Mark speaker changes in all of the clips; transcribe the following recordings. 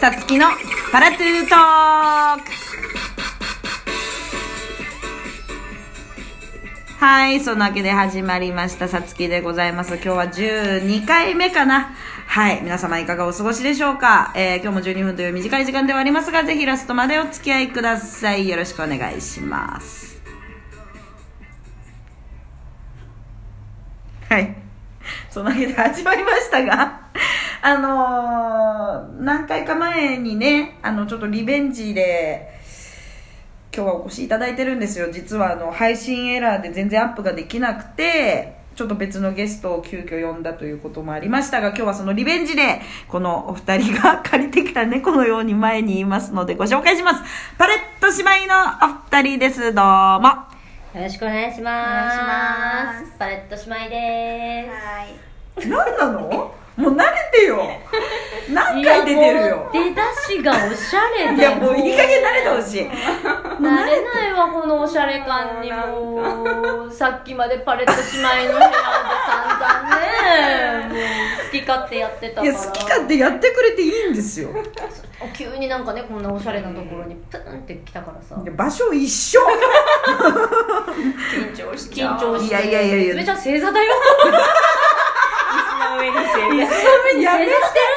Speaker 1: さつきのパラトゥートークはい、そんなわけで始まりました、さつきでございます。今日は12回目かな。はい、皆様いかがお過ごしでしょうか、えー、今日も12分という短い時間ではありますが、ぜひラストまでお付き合いください。よろしくお願いします。はい。その日で始まりましたが、あのー何回か前にね、あの、ちょっとリベンジで、今日はお越しいただいてるんですよ。実はあの、配信エラーで全然アップができなくて、ちょっと別のゲストを急遽呼んだということもありましたが、今日はそのリベンジで、このお二人が借りてきた猫のように前にいますのでご紹介します。パレット姉妹のお二人です。どうも。
Speaker 2: よろしくお願いします。
Speaker 3: お願いします
Speaker 2: パレット姉妹で
Speaker 3: はい。
Speaker 1: 何なのもう慣れてよ。
Speaker 2: す。
Speaker 1: 何回出てる
Speaker 2: いやも
Speaker 1: よ
Speaker 2: う。出だしがおしゃれ
Speaker 1: い
Speaker 2: で。
Speaker 1: やもういい加減慣れてほしいもう
Speaker 2: 慣
Speaker 1: 慣れ
Speaker 2: れないわ、このおしゃれ感にもう。さっきまでパレット姉妹の部屋で散々ね、もう好き勝手やってたから。
Speaker 1: いや好き勝手やってくれていいんですよ
Speaker 2: 急になんかね、こんなおしゃれなところにプーンって来たからさ
Speaker 1: い。や場所一緒
Speaker 3: 緊張し
Speaker 2: 緊張して。
Speaker 1: いやいやいやいや
Speaker 2: めちゃん正座だよ。
Speaker 3: の上にせい
Speaker 2: 正座
Speaker 1: や
Speaker 2: して
Speaker 1: め
Speaker 2: るん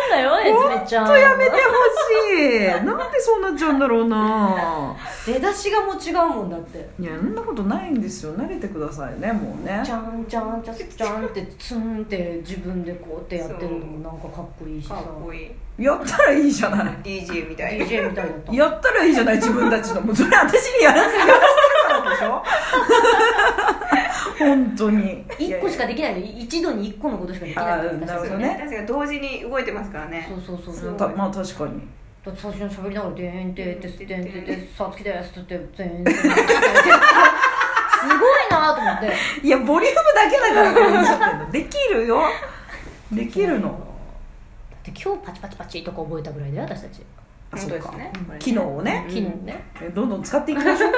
Speaker 2: だよ、えずめちゃん。
Speaker 1: ほんとやめてほしいなんでそうなっちゃうんだろうな
Speaker 2: 出だしがもう違うもんだって。
Speaker 1: いやそんなことないんですよ慣れてくださいねもうね
Speaker 2: ちゃんちゃんちゃんちゃんってツンって自分でこうってやってるのもなんかかっこいいしさ
Speaker 3: かっこいい。
Speaker 1: やったらいいじゃない
Speaker 3: DJ みたい。
Speaker 2: DJ みたいだった
Speaker 1: やったらいいじゃない自分たちのもうそれ私にやらせやらせてるからでしょ 本当に
Speaker 2: 1個し
Speaker 1: い
Speaker 2: かできないの一度に1個のことしかでき
Speaker 1: あ
Speaker 2: ない
Speaker 1: ー
Speaker 2: んだ
Speaker 1: なるほどね
Speaker 3: 確かに同時に動いてますからね
Speaker 2: そ。うそうそう
Speaker 1: や
Speaker 2: そ
Speaker 1: いうや
Speaker 2: だ
Speaker 1: た
Speaker 2: って
Speaker 1: まあ確かに
Speaker 2: 最初に喋りながら「でーんてーてすでんてーてさつきです」って「でーんてーて」すごい なと思って
Speaker 1: いやボリュームだけだからこれ言っちゃってんのできるよできるの
Speaker 2: だって今日パチパチパチとか覚えたぐらいだよ私たち
Speaker 1: あそうか
Speaker 3: 本当ですねこれね
Speaker 1: 機能をね
Speaker 2: 昨日ね
Speaker 1: えどんどん使っていきましょう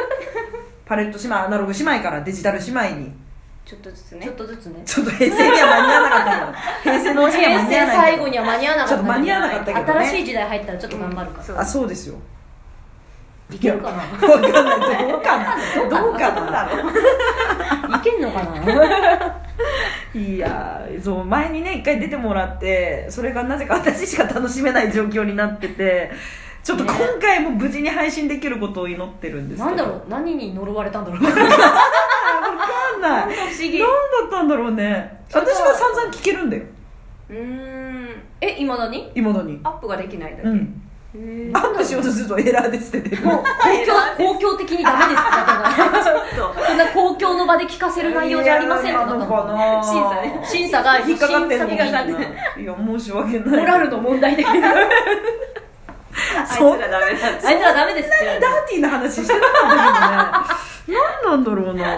Speaker 1: パレット姉妹アナログ姉妹からデジタル姉妹に
Speaker 3: ちょっとずつ
Speaker 2: ちょ
Speaker 3: ね
Speaker 2: っ。とずつね
Speaker 1: ちょっと平成には間に合わなかったから平成のうちには
Speaker 2: 平
Speaker 1: 間に合
Speaker 2: 成
Speaker 1: わない
Speaker 2: 最
Speaker 1: けど
Speaker 2: 後には間に合わなかった
Speaker 1: ちょっと間に合わなかったけどね
Speaker 2: 新しい時代入ったらちょっと頑張るから
Speaker 3: そう
Speaker 1: あそうですよ
Speaker 2: いけるかな
Speaker 1: 分かんないどうかなどうかな
Speaker 2: あいけんのかな
Speaker 1: いやーそう前にね一回出てもらってそれがなぜか私しか楽しめない状況になっててちょっと今回も無事に配信できることを祈ってるんですけど
Speaker 2: なんだろう何に呪われたんだろう
Speaker 1: わかんない
Speaker 3: 不思
Speaker 1: 何
Speaker 3: 議。
Speaker 1: だ
Speaker 3: う
Speaker 1: ったんだろうね私
Speaker 2: それは
Speaker 1: は散々聞けるんだよ
Speaker 3: ーん。
Speaker 2: え今何
Speaker 1: いまだに
Speaker 3: アップができないだけ。
Speaker 1: う
Speaker 3: へ
Speaker 1: ん
Speaker 3: ー
Speaker 1: アップしようとするとエラーで捨ててるもう
Speaker 2: 公共公共的にダメですだから
Speaker 3: ちょっと
Speaker 2: そんな公共の場で聞かせる内容じゃありません
Speaker 1: な
Speaker 2: と
Speaker 1: の
Speaker 2: か
Speaker 1: かな
Speaker 3: 審査ね
Speaker 2: 審査が
Speaker 1: 引っかかってんの
Speaker 2: 審
Speaker 1: か
Speaker 2: 査
Speaker 1: な
Speaker 2: が引っかかって
Speaker 1: いや申し訳
Speaker 2: モ
Speaker 1: ない
Speaker 2: ラルの問題であい
Speaker 3: あいつ
Speaker 1: そんな
Speaker 3: らダメだ。
Speaker 2: つらダメですって
Speaker 1: ダーティーな話してなかったけどね何なんだろうな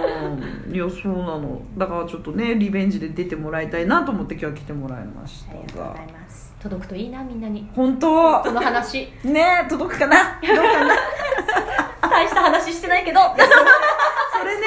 Speaker 1: いやそうなのだからちょっとねリベンジで出てもらいたいなと思って今日は来てもらいまし
Speaker 3: あり
Speaker 1: た
Speaker 3: がとうご
Speaker 1: が
Speaker 3: ざいます。
Speaker 2: 届くといいなみんなに
Speaker 1: 本当
Speaker 2: この話
Speaker 1: ね届くかなどうかな
Speaker 2: 大した話してないけど
Speaker 1: それね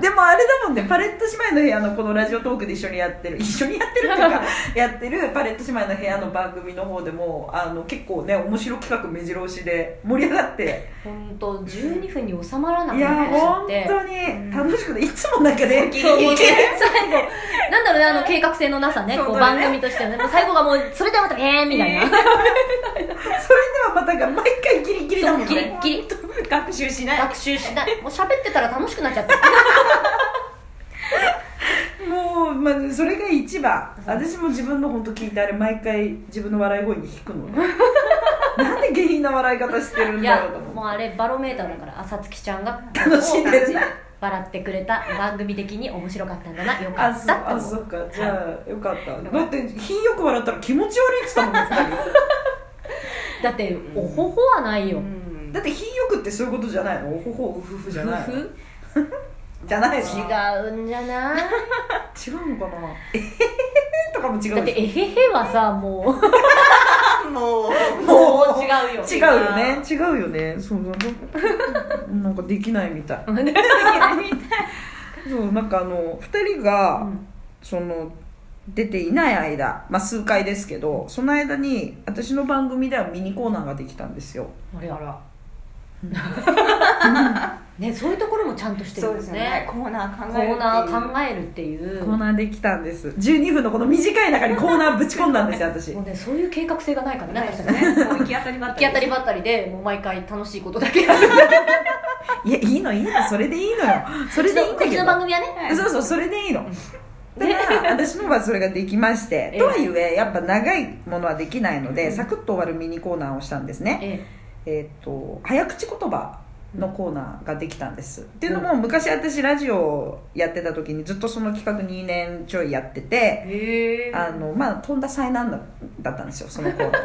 Speaker 1: でもあれだもんねパレット姉妹の部屋のこのラジオトークで一緒にやってる一緒にやってるっていう かやってるパレット姉妹の部屋の番組の方でもあの結構ね面白企画目白押しで盛り上がって
Speaker 2: 本当12分に収まらなく
Speaker 1: いや
Speaker 2: なっちゃ
Speaker 1: 本
Speaker 2: って
Speaker 1: 当に楽しくていつもなんかね
Speaker 3: ギ
Speaker 2: そうもう
Speaker 3: リ
Speaker 2: ね
Speaker 3: ギリ。
Speaker 2: 最後なんだろうねあの計画性のなさね
Speaker 3: そう
Speaker 2: こう
Speaker 3: だね
Speaker 2: 番組としてはねもう最後がもうそれではまたえーみたいな
Speaker 1: それではまたが毎回ギリギリだもんね
Speaker 2: ギリギリ
Speaker 3: 学習しない。
Speaker 2: 学習しないもう喋ってたら楽しくなっちゃって
Speaker 1: もう、まあ、それが一番私も自分の本当聞いてあれ毎回自分の笑い声に引く のなんで下品な笑い方してるん
Speaker 2: い
Speaker 1: だろ
Speaker 2: や
Speaker 1: うと思
Speaker 2: もうあれバロメーターだからあさつきちゃん が
Speaker 1: う楽しんでるな
Speaker 2: 笑ってくれた番組的に面白かったんだなよか
Speaker 1: あ
Speaker 2: っ
Speaker 1: そう
Speaker 2: たって
Speaker 1: あ
Speaker 2: 思
Speaker 1: そうっかじゃあよかっただって品よく笑ったら気持ち悪いって言ってたもん二人
Speaker 2: だっておほほはないよ
Speaker 3: うん
Speaker 1: だって品よくってそういうことじゃないのおほほうふふじゃ
Speaker 2: 夫
Speaker 1: ないの
Speaker 2: 婦
Speaker 1: じゃないの違
Speaker 2: 違うんじゃない
Speaker 1: うのかなえへへへとかも違
Speaker 2: だ
Speaker 1: う
Speaker 2: っ
Speaker 1: で
Speaker 2: て
Speaker 1: しょ
Speaker 2: えへへはさも う
Speaker 3: もう。
Speaker 1: もう
Speaker 2: 違うよ
Speaker 1: 違うよね違うよねそうそうなんかできないみたいそうなんかあの2人が、
Speaker 2: うん
Speaker 1: その出ていない間、まあ、数回ですけどその間に私の番組ではミニコーナーができたんですよ
Speaker 2: あれあらねそういうところもちゃんとしてる
Speaker 3: そ
Speaker 2: よ
Speaker 3: う
Speaker 2: ね
Speaker 3: ですよねコーナー
Speaker 2: コ
Speaker 3: 考えるっていう
Speaker 2: ーナー考えるっていう
Speaker 1: コーナーできたんです12分のこの短い中にコーナーぶち込んだんですよ私
Speaker 2: もうねそういう計画性がないからね
Speaker 3: ない
Speaker 2: 私
Speaker 3: です
Speaker 2: たちね
Speaker 3: ねもう行き当たりば
Speaker 2: 行
Speaker 3: っ
Speaker 2: き
Speaker 3: た
Speaker 2: 当た
Speaker 3: り
Speaker 2: り
Speaker 3: です
Speaker 2: ばったりでもう毎回楽しいことだけやる
Speaker 1: いやいいのいいのそれでいいのよそれでいいんだ
Speaker 2: こっ
Speaker 1: け
Speaker 2: ち
Speaker 1: ど
Speaker 2: の番組はね
Speaker 3: はい
Speaker 1: そうそうそれでいいのただ私の方はそれができまして
Speaker 2: ええ
Speaker 1: とはいえやっぱ長いものはできないの
Speaker 2: うん
Speaker 1: でサクッと終わるミニコーナーをしたんですねえ
Speaker 2: え
Speaker 1: っ、と早口言葉のコーナーができたんです、っていうのも昔私ラジオやってた時にずっとその企画2年ちょいやってて
Speaker 3: へ
Speaker 1: あのまあ飛んだ災難だだったんですよそのコーナー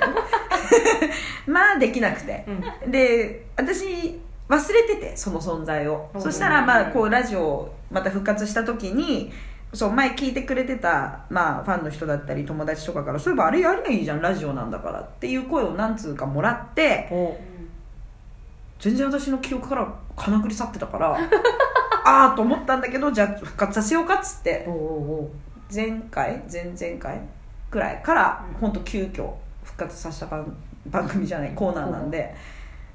Speaker 1: まあできなくて
Speaker 3: うん
Speaker 1: で私忘れててその存在を
Speaker 2: うん
Speaker 1: そしたらまあこうラジオまた復活した時にそう前聞いてくれてた、まあ、ファンの人だったり友達とかからそういえばあれやりゃいいじゃんラジオなんだからっていう声を何通かもらって全然私の記憶からかなぐり去ってたからああと思ったんだけどじゃあ復活させようかっつって
Speaker 2: おおお
Speaker 1: 前回前々回くらいから
Speaker 3: うん
Speaker 1: 本当急遽復活させた番番組じゃないコーナーなんで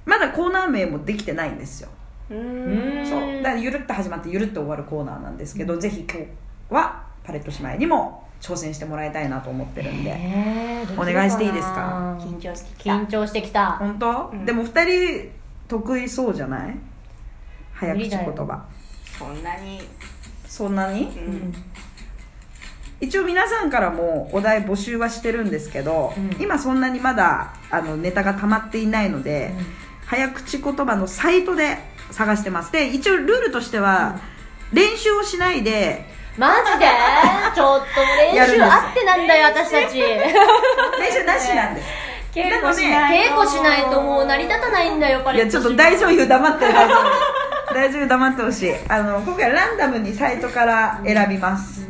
Speaker 1: まだコーナー名もできてないんですよ
Speaker 3: う
Speaker 2: う
Speaker 3: ー
Speaker 2: ん
Speaker 3: ん
Speaker 1: そうだからゆるっと始まってゆるっと終わるコーナーなんですけど、ぜひ今日はパレット姉妹にも挑戦してもらいたいなと思ってるんで、
Speaker 2: えーどうしようかな
Speaker 1: お願いしていいですか
Speaker 2: 緊
Speaker 3: 緊張してきた
Speaker 2: 緊張してきた
Speaker 1: 本当、
Speaker 3: うん
Speaker 1: でも2人得意そうじゃない早口言
Speaker 2: 無理だ
Speaker 1: 葉
Speaker 3: そんなに
Speaker 1: そんなに
Speaker 3: う
Speaker 2: うん
Speaker 1: 一応皆さんからもお題募集はしてるんですけど、
Speaker 2: うん
Speaker 1: 今そんなにまだあのネタが溜まっていないので、早口言葉のサイトで探してますで一応ルールとしては、練習をしないで
Speaker 2: マジでちょっと練習あってなんだよ私たち
Speaker 1: 練習なしなんです
Speaker 3: 稽
Speaker 1: 古しな
Speaker 2: 稽古しないともう成り立たないんだよパ
Speaker 1: い
Speaker 2: レ
Speaker 1: や
Speaker 2: ッ
Speaker 1: ちょ
Speaker 2: ト
Speaker 1: っと
Speaker 2: 姉
Speaker 1: 大
Speaker 2: 妹
Speaker 1: 女優黙って大丈 夫大女優黙ってほしいあの今回ランダムにサイトから選びます、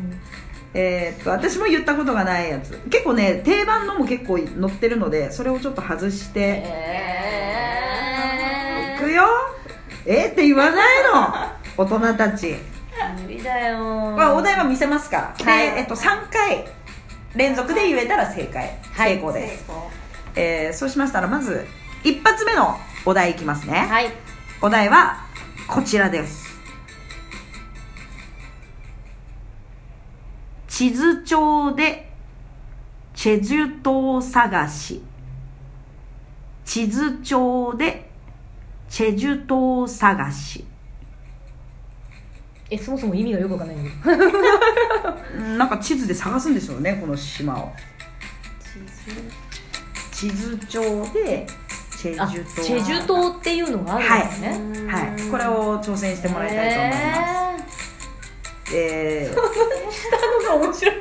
Speaker 1: えーっと私も言ったことがないやつ結構ね定番のも結構載ってるのでそれをちょっと外してい
Speaker 2: え
Speaker 1: くよえー、って言わないの大人たち、
Speaker 2: ー無理だよ
Speaker 1: まあ、お題は見せますから、
Speaker 2: はい
Speaker 1: で、えっと、3回連続で言えたら正解、
Speaker 2: はい
Speaker 1: 成功
Speaker 3: 成
Speaker 1: です、
Speaker 3: 功
Speaker 1: えーそうしましたらまず一発目のお題いきますね、
Speaker 2: はい
Speaker 1: お題はこちらです地図帳でチェジュ島探し地図帳でチェジュ島探し
Speaker 2: えそもそも意味がよくわかんないんだけど
Speaker 1: うんなんか地図で探すんでしょうねこの島を地図帳でチェ
Speaker 2: あ
Speaker 1: ジュ島
Speaker 2: チェジュ島っていうのがあるんですね、
Speaker 1: はいこれを挑戦してもらいたいと思います
Speaker 2: す、
Speaker 1: えー
Speaker 2: えー、面白い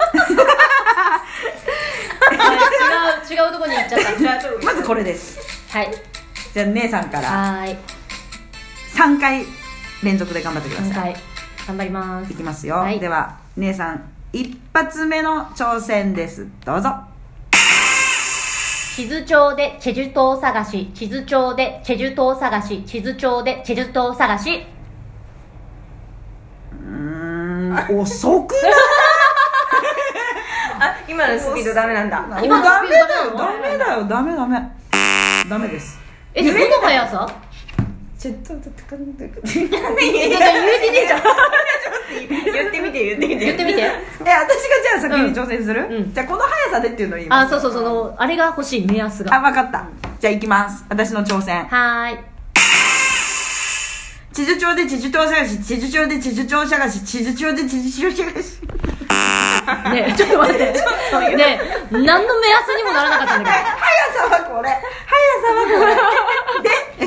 Speaker 2: 違う違うとこに行っちゃっ
Speaker 3: じゃあちょっと
Speaker 1: まずこれです
Speaker 2: たはい
Speaker 1: じゃあ姉さんから
Speaker 2: はーい
Speaker 1: 3回連続で頑張ってくだ
Speaker 2: 今
Speaker 1: さい
Speaker 2: 回頑張ります
Speaker 1: いきますよ、
Speaker 2: はい
Speaker 1: では姉さん一発目の挑戦ですどうぞ
Speaker 2: 地図帳でチェジュ島探し地図帳でチェジュ島探し地図帳でチェジュ島探し
Speaker 1: うーん遅く
Speaker 3: あ今のスピードダメなん
Speaker 1: な
Speaker 3: だ
Speaker 1: い
Speaker 2: 今の
Speaker 1: ダメだ
Speaker 2: ス
Speaker 1: よ
Speaker 2: ピード
Speaker 1: ダ
Speaker 2: ダ
Speaker 1: メ
Speaker 2: メ
Speaker 1: だよダメダメダメです
Speaker 2: えどの速さ
Speaker 1: ちょっと待ってかんでく
Speaker 2: え言えてねえじゃん
Speaker 3: 言ってみて言ってみて
Speaker 2: 言ってみて
Speaker 1: え私がじゃあ先に挑戦する、
Speaker 2: うんうん
Speaker 1: じゃあこの速さでっていうのを言います
Speaker 2: あそうそうそのあれが欲しい目安
Speaker 1: あ
Speaker 2: が
Speaker 1: 分かったじゃあ行きます私の挑戦
Speaker 2: はーい
Speaker 1: 地図帳で地図帳探し地図帳で地図帳探し地図帳で地図帳探し
Speaker 2: ねえちょっと待ってねえ何の目安にもならなかったんだけど
Speaker 1: 速さはこれ 速さはこ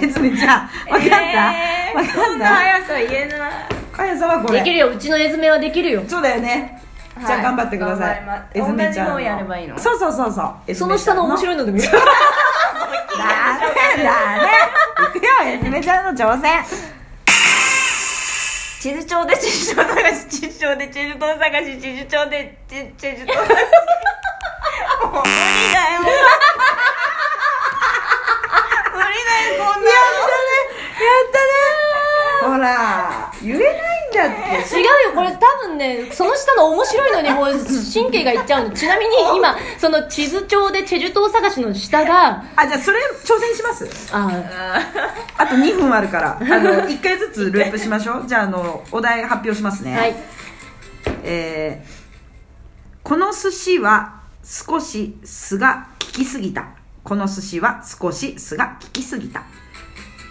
Speaker 1: れでえつみちゃん分かった、
Speaker 3: え
Speaker 1: 分
Speaker 3: ー
Speaker 1: か
Speaker 3: そ
Speaker 1: っ
Speaker 3: んな
Speaker 1: た
Speaker 3: 速さ言えない
Speaker 1: 速さはこ
Speaker 2: で
Speaker 1: れ
Speaker 2: きるようちの絵詰めはできるよ
Speaker 1: そうだよね、じゃあ頑張ってください
Speaker 3: はい
Speaker 1: えず
Speaker 3: 頑張ります
Speaker 1: みちゃんの
Speaker 3: 同じのをやればいいの
Speaker 1: そうそうそうそう
Speaker 2: その下の面白
Speaker 1: い
Speaker 2: いのでもいい
Speaker 1: ダメだねいくよえずみちゃんの挑戦
Speaker 3: 地図帳で地図帳探し地図帳で地図帳探し地図帳で地地図帳探しもう無理だよ無理だよこんな
Speaker 1: ほら言えないんだちゃって
Speaker 2: 違うよこれ多分ねその下の面白いのにもう神経がいっちゃうのちなみに今その地図帳でチェジュ島探しの下が
Speaker 1: あじゃあそれ挑戦します
Speaker 2: あ
Speaker 1: あと2分あるからあの1回ずつループしましょうじゃああのお題発表しますね、
Speaker 2: はい
Speaker 1: えーこの寿司は少し酢が効きすぎたこの寿司は少し酢が効きすぎた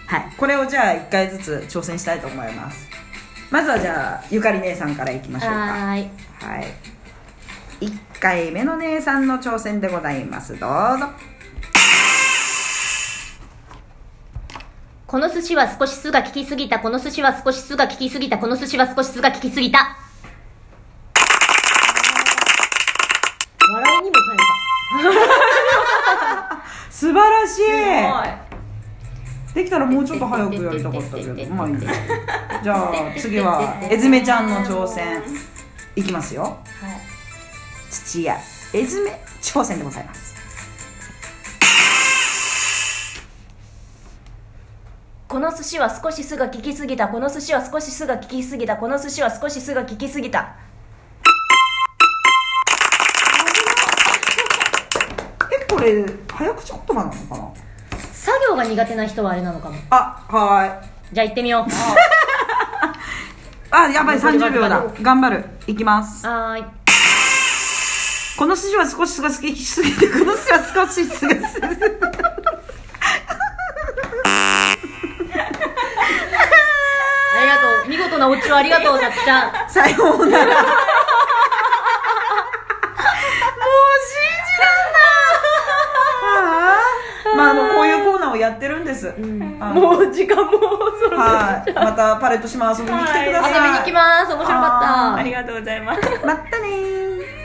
Speaker 1: はいこれをじゃあ1回ずつ挑戦したいと思いますまずはじゃあゆかり姉さんからいきましょうか
Speaker 2: はーい
Speaker 1: はい。1回目の姉さんの挑戦でございます。どうぞ。
Speaker 2: この寿司は少し酢が効きすぎたこの寿司は少し酢が効きすぎたこの寿司は少し酢が効きすぎた笑いにも耐え
Speaker 1: 素晴らし
Speaker 3: ご
Speaker 1: い。
Speaker 3: い
Speaker 1: できたらもうちょっと早くやりたかったけど、まあいいんだよじゃあ次はえずめちゃんの挑戦いきますよ。土屋えずめ挑戦でございます。
Speaker 2: この寿司は少し酢が効きすぎたこの寿司は少し酢が効きすぎたこの寿司は少し酢が効きすぎた
Speaker 1: えこれ早口言葉なのかな？
Speaker 2: 作業が苦手な人はあれなのかも
Speaker 1: あはーい。
Speaker 2: じゃあ行ってみよう
Speaker 1: あやばい30秒だ。頑張る。いきます。
Speaker 2: はーい
Speaker 1: この筋は少しすが好きすぎて、この筋は少しすがすぎて。
Speaker 2: ありがとう見事なオチをありがとうさつきちゃ ん
Speaker 1: さようなら。もう信じらんない。まあ、あの、こういうコーナーをやってるんです。もう、
Speaker 2: う時間もそろ
Speaker 1: はい。またパレット島遊びに来てください。
Speaker 2: 遊びに来ます面白かった
Speaker 3: ありがとうございます
Speaker 1: またねー